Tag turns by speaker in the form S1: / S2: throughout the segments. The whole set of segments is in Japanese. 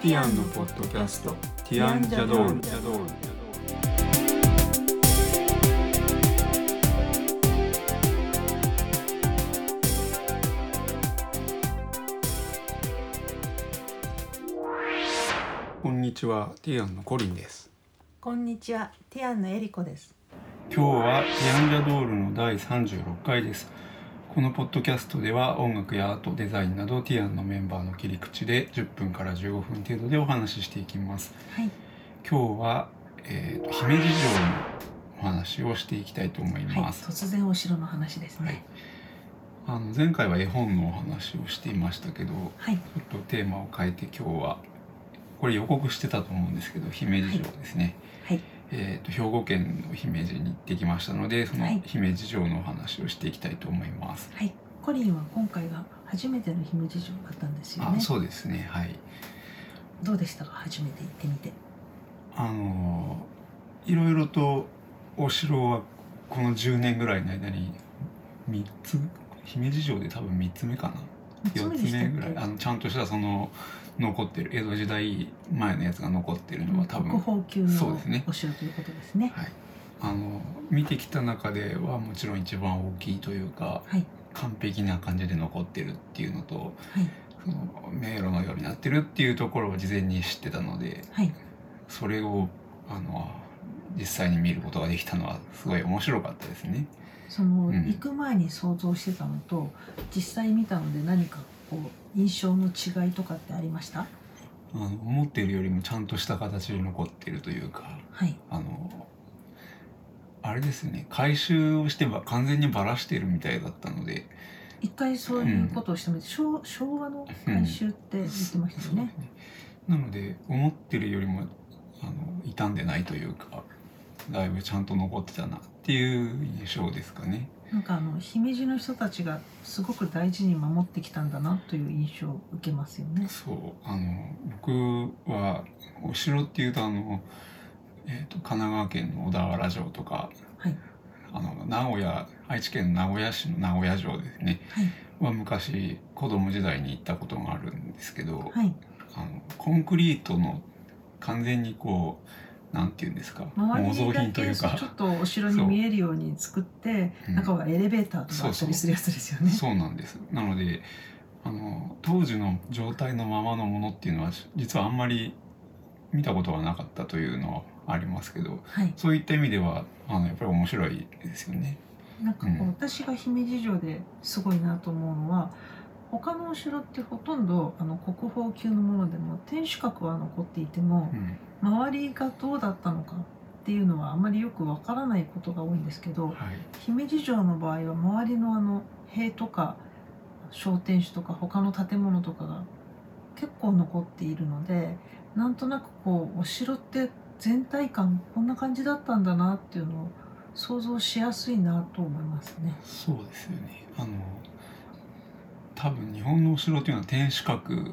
S1: ッドキャスト「ティアンジャドール」こんにちはティアンのコリンです
S2: こんにちは、ティアンのエリコです。
S1: 今日はティアンジャドールの第36回ですこのポッドキャストでは音楽やアートデザインなどティアンのメンバーの切り口で10分から15分程度でお話ししていきます
S2: はい、
S1: 今日は、えーと姫路城のお話をしていきたいと思い
S2: はい、
S1: ます、
S2: 突然お城の話ですね。
S1: あの前回は絵本のお話をしていましたけどち
S2: はい、
S1: ょっとテーマを変えて今日はこれ予告してたと思うんですけど姫路城ですね、
S2: はい
S1: えー、と兵庫県の姫路に行ってきましたのでその
S2: はい
S1: 姫路城のお話をしていきたいと思います、
S2: はい、コリンは今回が初めての姫路城だったんですよね
S1: あ。そうですねはい
S2: どうでしたか、初めて行ってみて。
S1: あのーいろいろとお城はこの10年ぐらいの間に3つ姫路城で多分3つ目かな
S2: 三つ
S1: 4
S2: 目で
S1: つ
S2: したっ
S1: 目
S2: け
S1: ぐらいあのちゃんとしたその残ってる江戸時代前のやつが残ってるのは多分、
S2: 国宝級
S1: そう
S2: の
S1: ですね
S2: お城ということですね。
S1: はい、あの見てきた中ではもちろん一番大きいというか
S2: はい、
S1: 完璧な感じで残ってるっていうのと
S2: はい、
S1: その迷路のようになってるっていうところを事前に知ってたので
S2: はい、
S1: それをあの実際に見ることができたのはすごい面白かったですね。
S2: その、
S1: うん
S2: 行く前に想像してたのと、実際見たので、何かこう印象の違いとかってありました。
S1: あの思っているよりもちゃんとした形で残ってるというか
S2: はい、
S1: あのあれですね回収をしてば完全にバラしてるみたいだったので
S2: 一回そういうことをしてみて、昭昭和の改修って言ってました
S1: そ
S2: よ
S1: う
S2: ね
S1: ね。なので思ってるよりもあの傷んでないというかだいぶちゃんと残ってたなっていう印象ですかね。
S2: なんかあの姫路の人たちがすごく大事に守ってきたんだなという印象を受けますよね。
S1: そうあの僕はお城っていうとあの、えー、と神奈川県の小田原城とか
S2: はい
S1: あの名古屋愛知県の名古屋市の名古屋城ですね
S2: はい
S1: は昔子供時代に行ったことがあるんですけど、
S2: はい。
S1: あのコンクリートの完全にこうなんていうんですか
S2: 周り
S1: 造
S2: だ
S1: 品とい
S2: け
S1: う
S2: ちょ
S1: か
S2: っとお城に見えるように作って
S1: うん
S2: 中はエレベーターとかあったりするやつですよね。
S1: そうなんですなのであの当時の状態のままのものっていうのは実はあんまり見たことがなかったというのはありますけど
S2: はい。
S1: そういった意味ではあのやっぱり面白いですよね。
S2: なんかこう、
S1: うん
S2: 私が姫路城ですごいなと思うのは他のお城ってほとんどあの国宝級のものでも天守閣は残っていても
S1: うん
S2: 周りがどうだったのかっていうのはあんまりよくわからないことが多いんですけど。
S1: はい
S2: 姫路城の場合は周りのあの塀とか商店主とか他の建物とかが結構残っているのでなんとなくこうお城って全体感こんな感じだったんだなっていうのを想像しやすいなと思いますね。
S1: そうですよねあの多分日本のお城というのは天守閣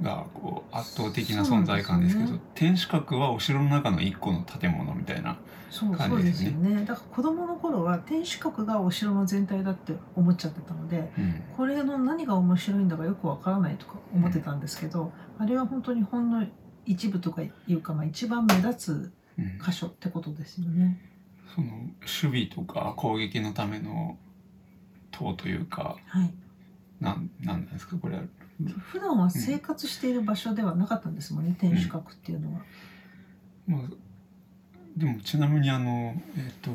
S1: がこう圧倒的な存在感ですけど
S2: そうなん
S1: 天守閣はお城の中の一個の建物みたいな
S2: そう
S1: 感
S2: そ
S1: じ
S2: う
S1: で
S2: ですす
S1: ね
S2: よね。だから子供の頃は天守閣がお城の全体だって思っちゃってたので
S1: うん
S2: これの何が面白いんだかよくわからないとか思ってたんですけど、あれは本当にほんの一部とかいうか、まあ、一番目立つ
S1: うん
S2: 箇所ってことですよね。
S1: その守備とか攻撃のための塔というか
S2: はい。
S1: なんなんですかこれは
S2: 普段は生活している場所ではなかったんですもんね、天守閣っていうのは。
S1: まあでもちなみにあの、えっと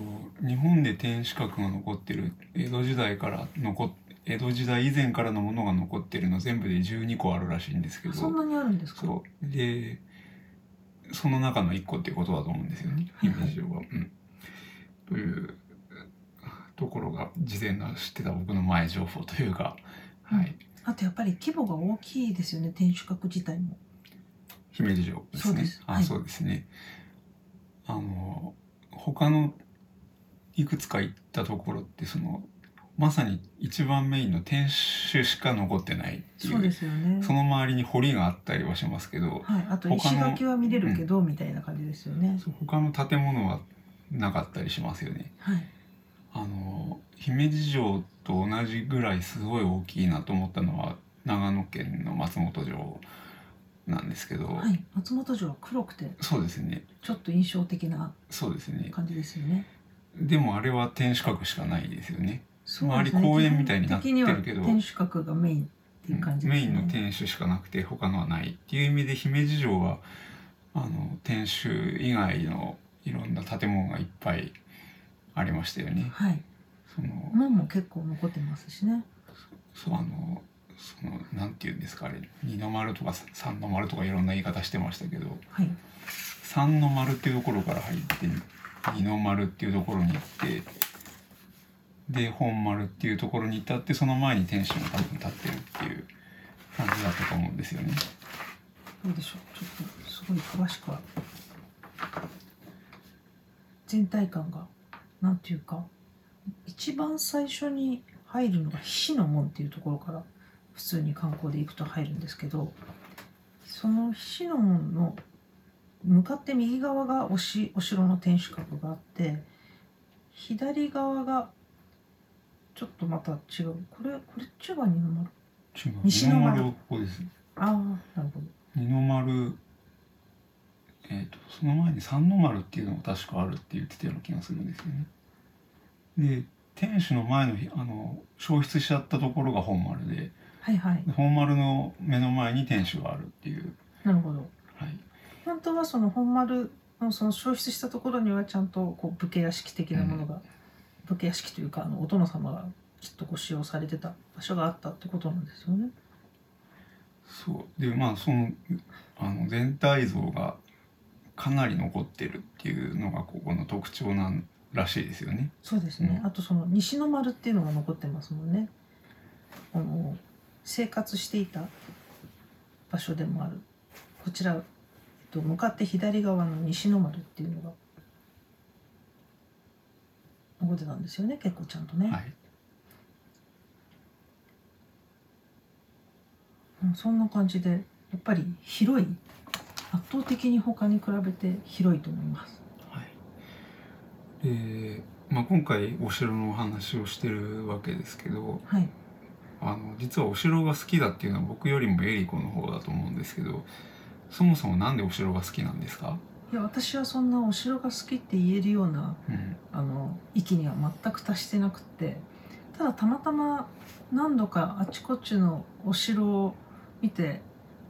S1: 日本で天守閣が残ってる江戸時代から残っ江戸時代以前からのものが残ってるの全部で12個あるらしいんですけど
S2: そんなにあるんですか。
S1: そうでその中の1個っていうことだと思うんですよね
S2: はい
S1: 姫
S2: はい
S1: 路城は。うん、というところが事前の知ってた僕の前情報というか、はい、
S2: あとやっぱり規模が大きいですよね、天守閣自体も。
S1: 姫路城です
S2: そう
S1: ね。
S2: です
S1: あ、
S2: はい
S1: そうですね。あの他のいくつか行ったところってそのまさに一番メインの天守しか残ってないってい
S2: そう
S1: う
S2: ですよね。
S1: その周りに堀があったりはしますけど、
S2: はい、あと
S1: 他の
S2: 石垣は見れるけど、みたいな感じですよね。
S1: そう他の建物はなかったりしますよね。
S2: はい。
S1: あの姫路城と同じぐらいすごい大きいなと思ったのは長野県の松本城なんですけど、
S2: はい、松本城は黒くて
S1: そうですね
S2: ちょっと印象的な
S1: そうですね
S2: 感じですよね。
S1: でもあれは天守閣しかないですよね
S2: そう
S1: 周り公園みたいになってるけど
S2: 基本的には天守閣がメインっていう感じ
S1: メ
S2: です
S1: イ
S2: ね。
S1: ンの天守しかなくて他のはないっていう意味で姫路城はあの天守以外のいろんな建物がいっぱいありましたよね。
S2: はい、
S1: その
S2: 門も結構残ってますしね。
S1: そうあのそのなんていうんですかあれ二の丸とか三の丸とかいろんな言い方してましたけど
S2: はい、
S1: 三の丸っていうところから入って二の丸っていうところに行ってで本丸っていうところに至ってその前に天守が多分立ってるっていう感じだったと思うんですよね。
S2: どうでしょう。ちょっとすごい詳しくは全体感がなんていうか一番最初に入るのが菱の門っていうところから普通に観光で行くと入るんですけど、その菱の門の向かって右側がおしお城の天守閣があって左側がちょっとまた違うこれこれ中盤にの丸
S1: 違う
S2: 西
S1: 二
S2: の
S1: の
S2: 丸
S1: 丸はここです
S2: ああなるほど
S1: 二の丸えっ、とその前に三の丸っていうのが確かあるって言ってたような気がするんですよねで天守の前のひあの消失しちゃったところが本丸で
S2: はいはい
S1: で本丸の目の前に天守があるっていう
S2: なるほど
S1: はい
S2: 本当はその本丸のその消失したところにはちゃんとこう武家屋敷的なものが、武家屋敷というかあのお殿様がきっとこう使用されてた場所があったってことなんですよね。
S1: そうでまあそのあの全体像がかなり残ってるっていうのがここの特徴なんらしいですよね
S2: そうですね、
S1: うん
S2: あとその西の丸っていうのが残ってますもんねあの生活していた場所でもあるこちら、えっと、向かって左側の西の丸っていうのが残ってたんですよね結構ちゃんとね、
S1: はい
S2: うんそんな感じでやっぱり広い圧倒的に他に比べて広いと思います
S1: はいでまあ、今回お城のお話をしてるわけですけど
S2: はい
S1: あの実はお城が好きだっていうのは僕よりもエリコの方だと思うんですけどそもそもなんでお城が好きなんですか、
S2: いや私はそんなお城が好きって言えるような
S1: うん
S2: あの域には全く達してなくってただたまたま何度かあちこちのお城を見て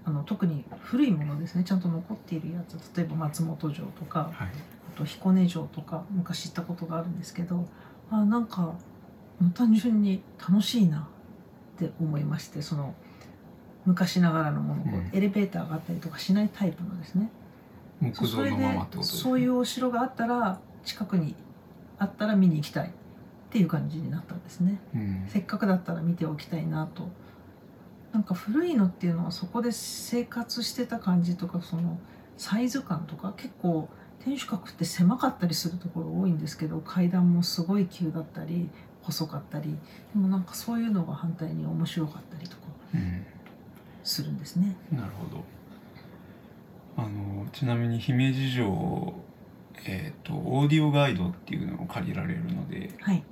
S2: あの特に古いものですねちゃんと残っているやつ例えば松本城とか
S1: はい
S2: あと彦根城とか昔行ったことがあるんですけどあなんか単純に楽しいなって思いましてその昔ながらのもの、こう
S1: うん
S2: エレベーターがあったりとかしないタイプのですねそ
S1: 木
S2: うそ
S1: 造
S2: れ
S1: の
S2: で
S1: ままってことですね
S2: そういうお城があったら近くにあったら見に行きたいっていう感じになったんですね
S1: うん
S2: せっかくだったら見ておきたいなとなんか古いのっていうのはそこで生活してた感じとかそのサイズ感とか結構天守閣って狭かったりするところ多いんですけど階段もすごい急だったり細かったりでもなんかそういうのが反対に面白かったりとか
S1: うん
S2: するんですね
S1: なるほどあのちなみに姫路城えっ、とオーディオガイドっていうのを借りられるので
S2: はい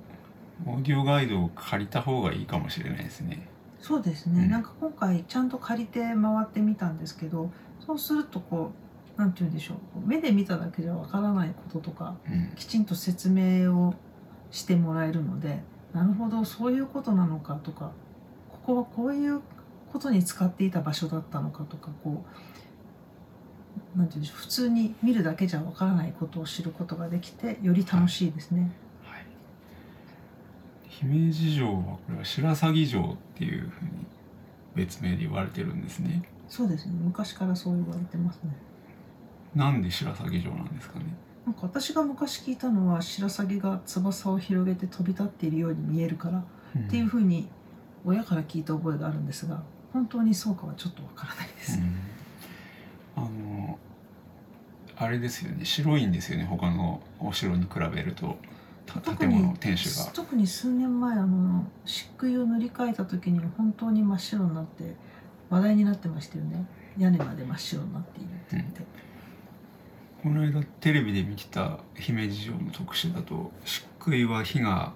S1: オーディオガイドを借りた方がいいかもしれないですね
S2: そうですね、
S1: うん
S2: なんか今回ちゃんと借りて回ってみたんですけどそうするとこうなんて言うんでしょう目で見ただけじゃわからないこととか
S1: うん
S2: きちんと説明をしてもらえるのでなるほどそういうことなのかとかここはこういうことに使っていた場所だったのかとかこうなんていうんでしょう普通に見るだけじゃわからないことを知ることができてより楽しいですね。
S1: はい、姫路城はこれは白鷺城っていうふうに別名で言われてるんですね
S2: そうですね昔からそう言われてますね。
S1: なんで白鷺城なんですかね
S2: なんか私が昔聞いたのは白鷺が翼を広げて飛び立っているように見えるからっていうふうに親から聞いた覚えがあるんですが本当にそうかはちょっとわからないです。
S1: うんあのあれですよね白いんですよね他のお城に比べるとた
S2: 特
S1: 建
S2: に
S1: 物天守が
S2: 特に数年前あの漆喰を塗り替えた時に本当に真っ白になって話題になってましたよね屋根まで真っ白になっているって言って、
S1: この間テレビで見てた姫路城の特集だと漆喰は火が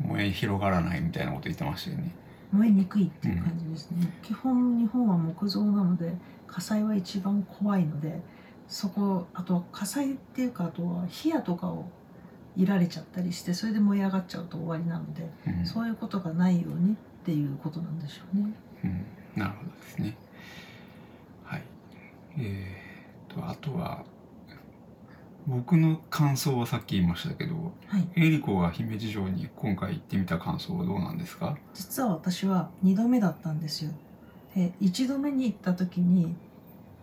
S1: 燃え広がらないみたいなこと言ってましたよね
S2: 燃えにくいっていう感じですね、基本日本は木造なので火災は一番怖いのでそこあと火災っていうかあとは火矢とかをいられちゃったりしてそれで燃え上がっちゃうと終わりなので
S1: うん
S2: そういうことがないようにっていうことなんでしょうね。
S1: うん、なるほどですね。はい。えー、とあとは僕の感想はさっき言いましたけど、
S2: はい、
S1: エリコが姫路城に今回行ってみた感想はどうなんですか？
S2: 実は私は2度目だったんですよ。で1度目に行った時に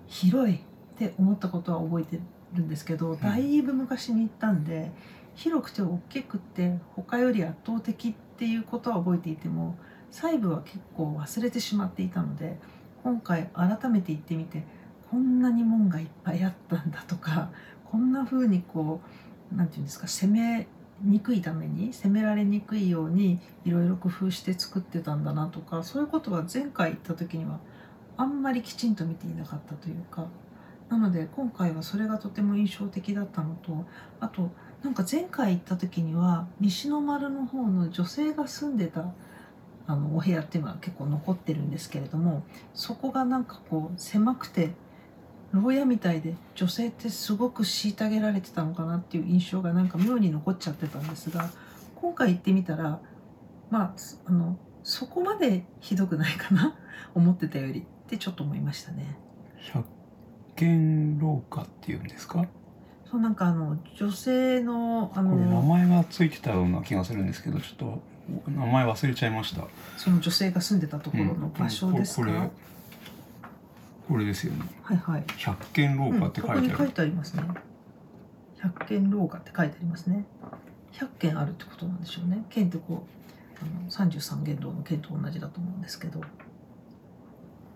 S2: 広いって思ったことは覚えてるんですけど、だいぶ昔に行ったんで広くて大きくて他より圧倒的っていうことは覚えていても細部は結構忘れてしまっていたので今回改めて行ってみてこんなに門がいっぱいあったんだとかこんな風にこうなんていうんですか攻めにくいために攻められにくいようにいろいろ工夫して作ってたんだなとかそういうことは前回行った時にはあんまりきちんと見ていなかったというかなので今回はそれがとても印象的だったのとあとなんか前回行った時には西の丸の方の女性が住んでたあのお部屋っていうのは結構残ってるんですけれどもそこがなんかこう狭くて牢屋みたいで女性ってすごく虐げられてたのかなっていう印象がなんか妙に残っちゃってたんですが今回行ってみたらまあすあのそこまでひどくないかな 思ってたよりってちょっと思いましたね。
S1: 百軒廊下っていうんですか？
S2: そうなんかあの女性のあ
S1: これ名
S2: の
S1: 前がついてたような気がするんですけど、ちょっと名前忘れちゃいました。
S2: その女性が住んでたところの場所ですか、
S1: これこれですよね。
S2: はいはい。
S1: 百軒廊下って書いて
S2: うんこ
S1: あ
S2: こに書
S1: る
S2: い。てありますね。百軒廊下って書いてありますね。百軒あるってことなんでしょうね。軒ってこう、あの三十三軒道の軒と同じだと思うんですけど。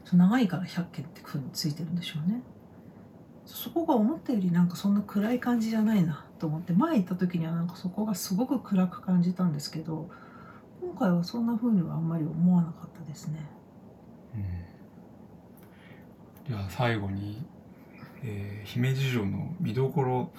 S2: そう長いから百軒ってふうについてるんでしょうね。そこが思ったよりなんかそんな暗い感じじゃないなと思って前行った時にはなんかそこがすごく暗く感じたんですけど今回はそんな風にはあんまり思わなかったですね。
S1: うんじゃあ最後に、えー姫路城の見どころ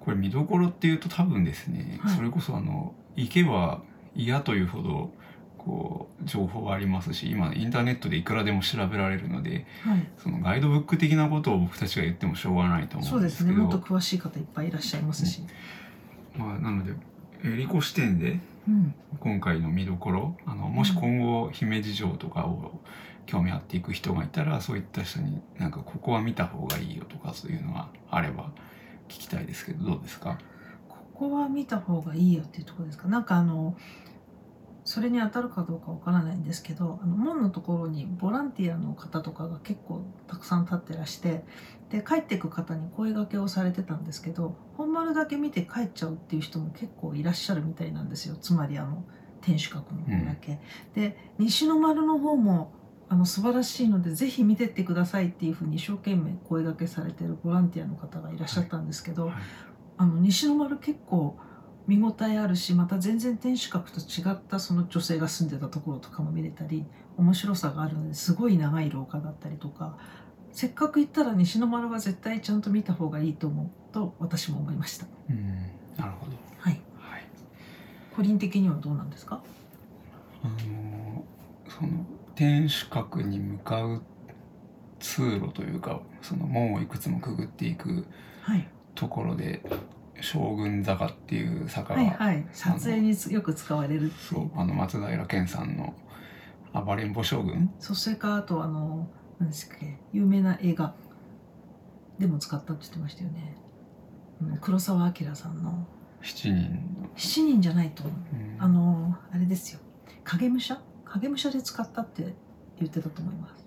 S1: これ見どころっていうと多分ですね、
S2: はい
S1: それこそあの行けば嫌というほどこう情報がありますし今インターネットでいくらでも調べられるので
S2: はい、
S1: そのガイドブック的なことを僕たちが言ってもしょうがないと思
S2: そううんで
S1: ですすけ
S2: ね
S1: ど
S2: もっと詳しい方いっぱいいらっしゃいますし。
S1: まあ、なのでエリコ視点で
S2: うん
S1: 今回の見どころあのもし今後姫路城とかを興味あっていく人がいたらそういった人になんかここは見た方がいいよとかそういうのはあれば聞きたいですけどどうですか、
S2: ここは見た方がいいよっていうところですかなんかあのそれに当たるかどうかわからないんですけどあの門のところにボランティアの方とかが結構たくさん立ってらしてで帰ってく方に声掛けをされてたんですけど本丸だけ見て帰っちゃうっていう人も結構いらっしゃるみたいなんですよつまりあの天守閣の方だけ。で西の丸の方もあの素晴らしいのでぜひ見てってくださいっていうふうに一生懸命声掛けされてるボランティアの方がいらっしゃったんですけど、
S1: はい
S2: あの西の丸結構見応えあるしまた全然天守閣と違ったその女性が住んでたところとかも見れたり面白さがあるのですごい長い廊下だったりとかせっかく行ったら西の丸は絶対ちゃんと見た方がいいと思うと私も思いました。
S1: うんなるほど、
S2: はい、
S1: はい、
S2: 個人的にはどうなんですか？
S1: あのその天守閣に向かう通路というかその門をいくつもくぐっていく
S2: はい、
S1: ところで将軍坂っていう坂が、
S2: はい、はい、撮影につよく使われるって
S1: そ
S2: いう
S1: う。あの松平健さんの暴れん坊将軍
S2: そうそれからあとあの何ですっけ有名な映画でも使ったって言ってましたよね。あの黒澤明さんの
S1: 7人の
S2: 七人じゃないと思う
S1: うん
S2: あのあれですよ影武者影武者で使ったって言ってたと思います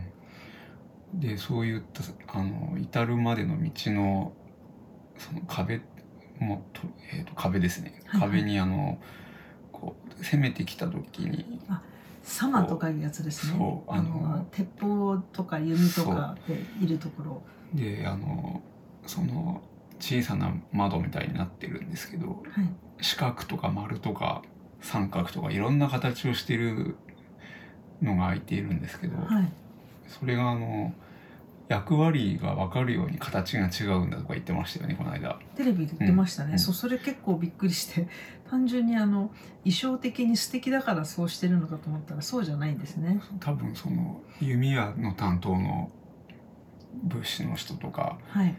S1: うんでそういったあの至るまでの道のその壁もと、えーと壁ですね、
S2: はいはい
S1: 壁にあのこう攻めてきた時に
S2: サマとかいうやつですね
S1: そう
S2: あ
S1: あ
S2: の
S1: の
S2: 鉄砲とか弓とかでいるところ
S1: であのその小さな窓みたいになってるんですけど
S2: はい
S1: 四角とか丸とか三角とかいろんな形をしてるのが開いているんですけど、
S2: はい
S1: それがあの役割が分かるように形が違うんだとか言ってましたよねこの間。
S2: テレビで言ってましたね、
S1: うん
S2: そうそれ結構びっくりして 単純にあの衣装的に素敵だからそうしてるのかと思ったらそうじゃないんですね
S1: 多分その弓矢の担当の物資の人とか
S2: はい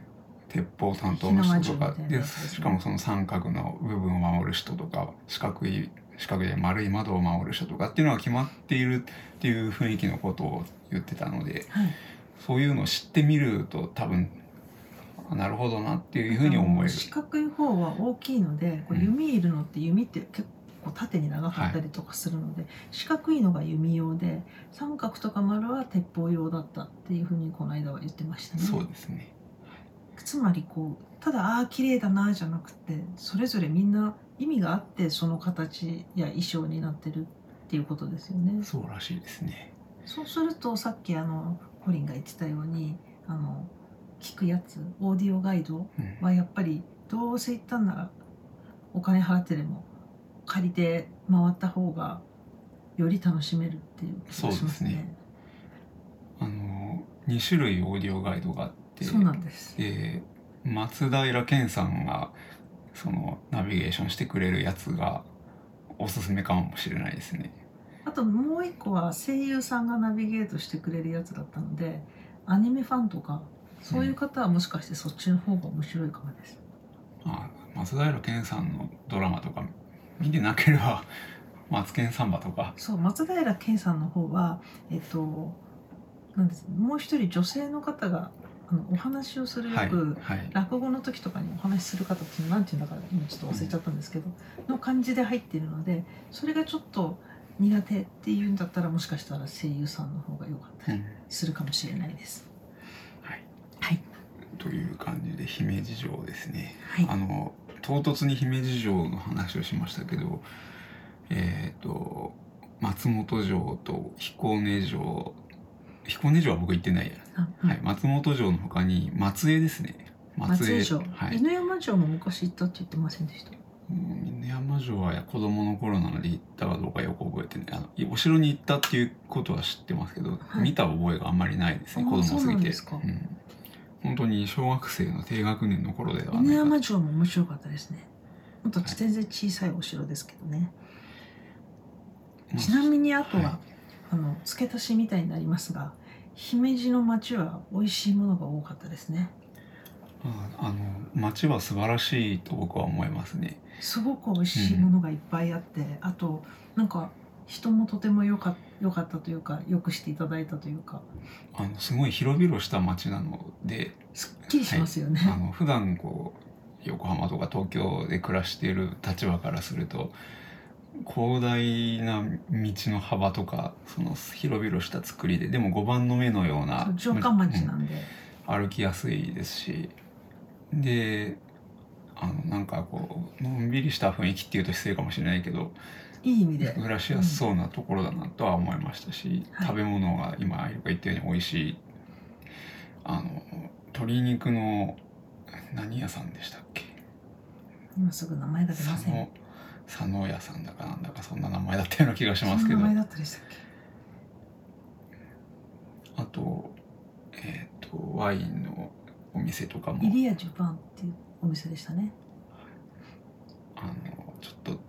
S1: 鉄砲担当の人とか
S2: 火縄銃みたいな
S1: で
S2: やつですね
S1: しかもその三角の部分を守る人とか四角い四角で丸い窓を守る人とかっていうのが決まっているっていう雰囲気のことを言ってたので
S2: はい
S1: そういうのを知ってみると多分あなるほどなっていうふうに思える。
S2: 四角い方は大きいのでこう
S1: うん
S2: 弓いるのって弓って結構縦に長かったりとかするので、四角いのが弓用で三角とか丸は鉄砲用だったっていうふうにこの間は言ってましたね。
S1: そうですね。
S2: つまりこうただああー綺麗だなじゃなくてそれぞれみんな意味があってその形や衣装になってるっていうことですよね。
S1: そうらしいですね。
S2: そうするとさっきあのコリンが言ってたようにあの聞くやつオーディオガイド
S1: うん
S2: はやっぱりどうせ行ったんならお金払ってでも借りて回った方がより楽しめるっていう気がしますね。
S1: あの2種類オーディオガイドがあって
S2: そうなんです。
S1: で松平健さんがそのナビゲーションしてくれるやつがおすすめかもしれないですね。
S2: あともう一個は声優さんがナビゲートしてくれるやつだったのでアニメファンとかそういう方はもしかしてそっちの方が面白いかもです。
S1: まあ、松平健さんのドラマとか見てなければ 「マツケンサンバ」とか
S2: そう松平健さんの方はえっとなんですもう一人女性の方があのお話をするよく、
S1: はい、はい、
S2: 落語の時とかにお話しする方って何て言うんだか今ちょっと忘れちゃったんですけど、の感じで入っているのでそれがちょっと苦手っていうんだったらもしかしたら声優さんの方が良かった
S1: う
S2: り
S1: ん
S2: するかもしれないです。
S1: はい
S2: はい、
S1: という感じで姫路城ですね。
S2: はい
S1: あの唐突に姫路城の話をしましたけどえっ、と松本城と彦根城彦根城は僕行ってないや、
S2: あうん
S1: はい、松本城の他に松江ですね
S2: 松江城、
S1: はい、
S2: 犬山城も昔行ったって言ってませんでした。
S1: うん犬山城は子供の頃なので行ったかどうかよく覚えてないあのお城に行ったっていうことは知ってますけど、
S2: はい
S1: 見た覚えがあんまりないですね
S2: あー
S1: 子供す
S2: そう
S1: ぎ
S2: なん
S1: て
S2: ですか
S1: ん本当に小学生の低学年の頃ではないか
S2: 犬
S1: と
S2: 山城も面白かったですね。もっと全然小さいお城ですけどね。
S1: まあ
S2: ちなみにあとは、
S1: はい
S2: あの付け足しみたいになりますが、姫路の町は美味しいものが多かったですね。
S1: ああの街は素晴らしいと僕は思いますね。
S2: すごく美味しいものがいっぱいあって、あとなんか人もとても良か良かったというか良くしていただいたというか
S1: あのすごい広々した街なので、
S2: すっきりしますよね。
S1: あの普段こう横浜とか東京で暮らしている立場からすると、広大な道の幅とかその広々した作りで、でも碁盤の目のような
S2: そう城下町
S1: うん
S2: なんで、
S1: 歩きやすいですしであのなんかこうのんびりした雰囲気っていうと失礼かもしれないけど
S2: いい意味で
S1: 暮らしやすそうなところだなとは思いましたし、
S2: はい
S1: 食べ物が今言ったように美味しいあの鶏肉の何屋さんでしたっけ
S2: 今すぐ名前が出
S1: 佐
S2: ません。
S1: 野佐野屋さんだかなんだかそんな名前だったような気がします
S2: そ
S1: け
S2: の
S1: ど
S2: 名前だったでしたっけ？
S1: あとえっ、とワインのお店とかも
S2: イリアジュパンっていうお店でしたね。
S1: あのちょっと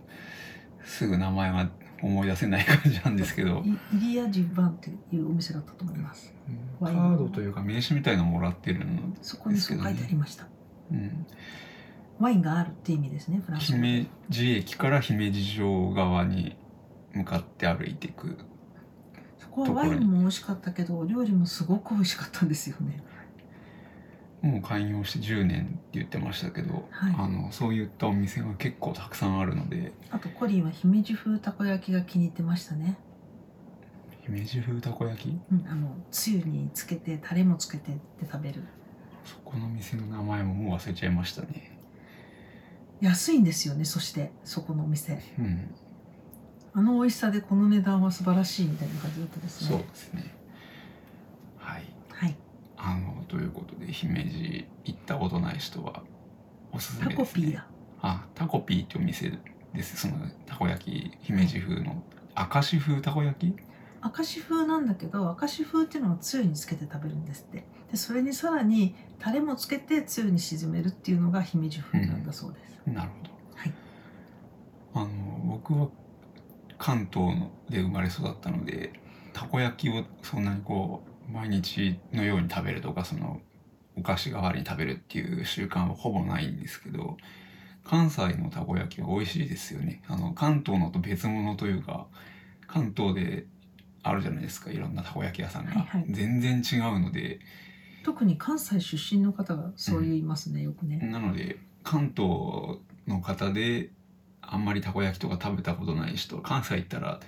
S1: すぐ名前は思い出せない感じなんですけど
S2: イイリアジュパンっていうお店だったと思います。
S1: カ
S2: ワイン
S1: ードというか名刺みたいなのもらってるの
S2: そこにそう書いてありました。
S1: うん
S2: ワインがあるって意味ですね。フランス語で
S1: 姫路駅から姫路城側に向かって歩いていく
S2: そこはワインも美味しかったけど、お料理もすごく美味しかったんですよね。
S1: もう開業して10年って言ってましたけど、
S2: はい
S1: あのそういったお店が結構たくさんあるので
S2: あとコリンは姫路風たこ焼きが気に入ってましたね。
S1: 姫路風たこ焼き
S2: うん、あのつゆにつけてタレもつけてって食べる
S1: そこの店の名前ももう忘れちゃいましたね
S2: 安いんですよねそしてそこのお店
S1: うん
S2: あの美味しさでこの値段は素晴らしいみたいな感じだったですね
S1: そうですねはい
S2: はい
S1: あのということで姫路行ったことない人はおすす
S2: タ
S1: めです、ね、
S2: コピーだ
S1: あタコピーってお店ですそのたこ焼き姫路風の明石風たこ焼き
S2: 明石風なんだけど明石風っていうのはつゆにつけて食べるんですってでそれにさらにタレもつけてつゆに沈めるっていうのが姫路風なんだそうです、
S1: なる
S2: はい
S1: ほど。あの僕は関東ので生まれ育ったのでたこ焼きをそんなにこう毎日のように食べるとかそのお菓子代わりに食べるっていう習慣はほぼないんですけど関西のたこ焼きは美味しいですよねあの関東のと別物というか関東であるじゃないですかいろんなたこ焼き屋さんが、
S2: はいはい
S1: 全然違うので
S2: 特に関西出身の方がそう言いますね、よくね。
S1: なので関東の方であんまりたこ焼きとか食べたことない人関西行ったら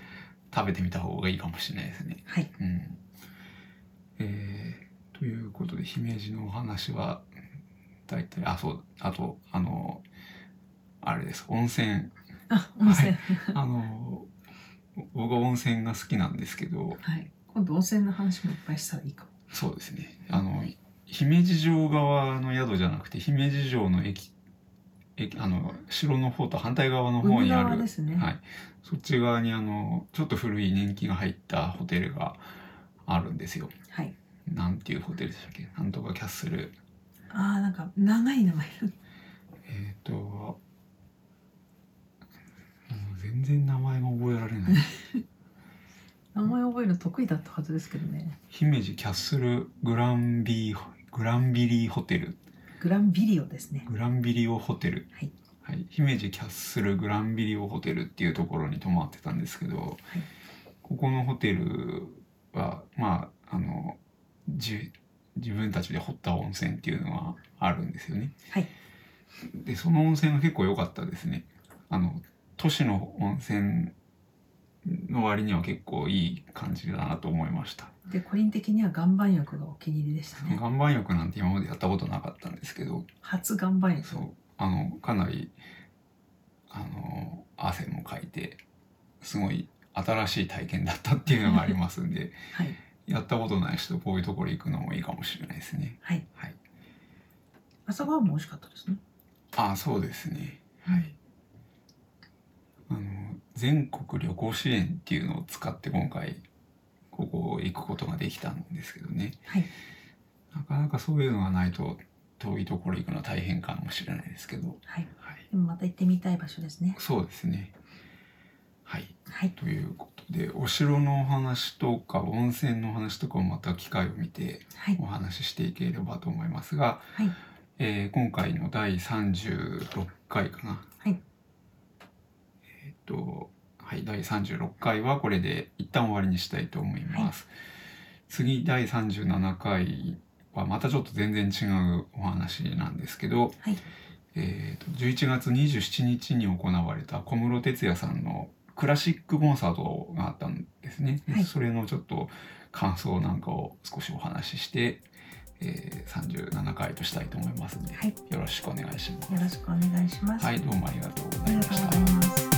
S1: 食べてみた方がいいかもしれないですね。
S2: はい、
S1: うんえーということで姫路のお話は大体あそうあとあのあれです温泉
S2: あ、温泉。
S1: あの僕は温泉が好きなんですけど
S2: はい。今度温泉の話もいっぱいしたらいいかも。
S1: そうですねあの姫路城側の宿じゃなくて姫路城の駅駅あの城の方と反対側の方
S2: 海
S1: にあ
S2: 側
S1: る
S2: ですね。
S1: はい、そっち側にあのちょっと古い年季が入ったホテルがあるんですよ。
S2: はい。
S1: なんていうホテルでしたっけなんとかキャッスル。
S2: ああ、なんか長い名前。
S1: えっ、と、もう全然名前が覚えられ ない。
S2: 名前覚えるの得意だったはずですけどね。
S1: 姫路キャッスルグランビー、グランビリーホテル。
S2: グランビリオですね。
S1: グランビリオホテル。
S2: はい
S1: はい姫路キャッスルグランビリオホテルっていうところに泊まってたんですけど、ここのホテルは、まあ、あの、じ自分たちで掘った温泉っていうのはあるんですよね。
S2: はい
S1: で、その温泉が結構良かったですね。あの、都市の温泉の割には結構いい感じだなと思いました。
S2: で、個人的には岩盤浴がお気に入りでしたね。
S1: 岩盤浴なんて今までやったことなかったんですけど、
S2: 初岩盤浴。
S1: そうあのかなりあの汗もかいてすごい新しい体験だったっていうのがありますんで
S2: はい。
S1: やったことない人こういうところ行くのもいいかもしれないですね。
S2: はい。
S1: はい、
S2: 朝ごはんも美味しかったですね。
S1: あそうですね
S2: はい。
S1: あの全国旅行支援っていうのを使って今回ここ行くことができたんですけどね
S2: はい。
S1: なかなかそういうのがないと遠いところ行くのは大変かもしれないですけど、
S2: はい。
S1: はい、
S2: でもまた行ってみたい場所ですね。
S1: そうですねはい
S2: はい。
S1: ということでお城のお話とか温泉のお話とかをまた機会を見て
S2: はい
S1: お。話ししていければと思いますが、
S2: はい。
S1: えー今回の第36回かな、
S2: はい
S1: えーっとはい第36回はこれで一旦終わりにしたいと思います、次第37回はまたちょっと全然違うお話なんですけど、
S2: はい。
S1: えー、と11月27日に行われた小室哲哉さんのクラシックコンサートがあったんですね、で
S2: はい
S1: それのちょっと感想なんかを少しお話しして、えー、37回としたいと思いますので、
S2: はい
S1: よろしくお願いします。
S2: よろしくお願いします。
S1: はい、どうもありがとうご
S2: あ
S1: ざい
S2: りが
S1: ま
S2: とう
S1: し
S2: ご
S1: た
S2: ざい。ます。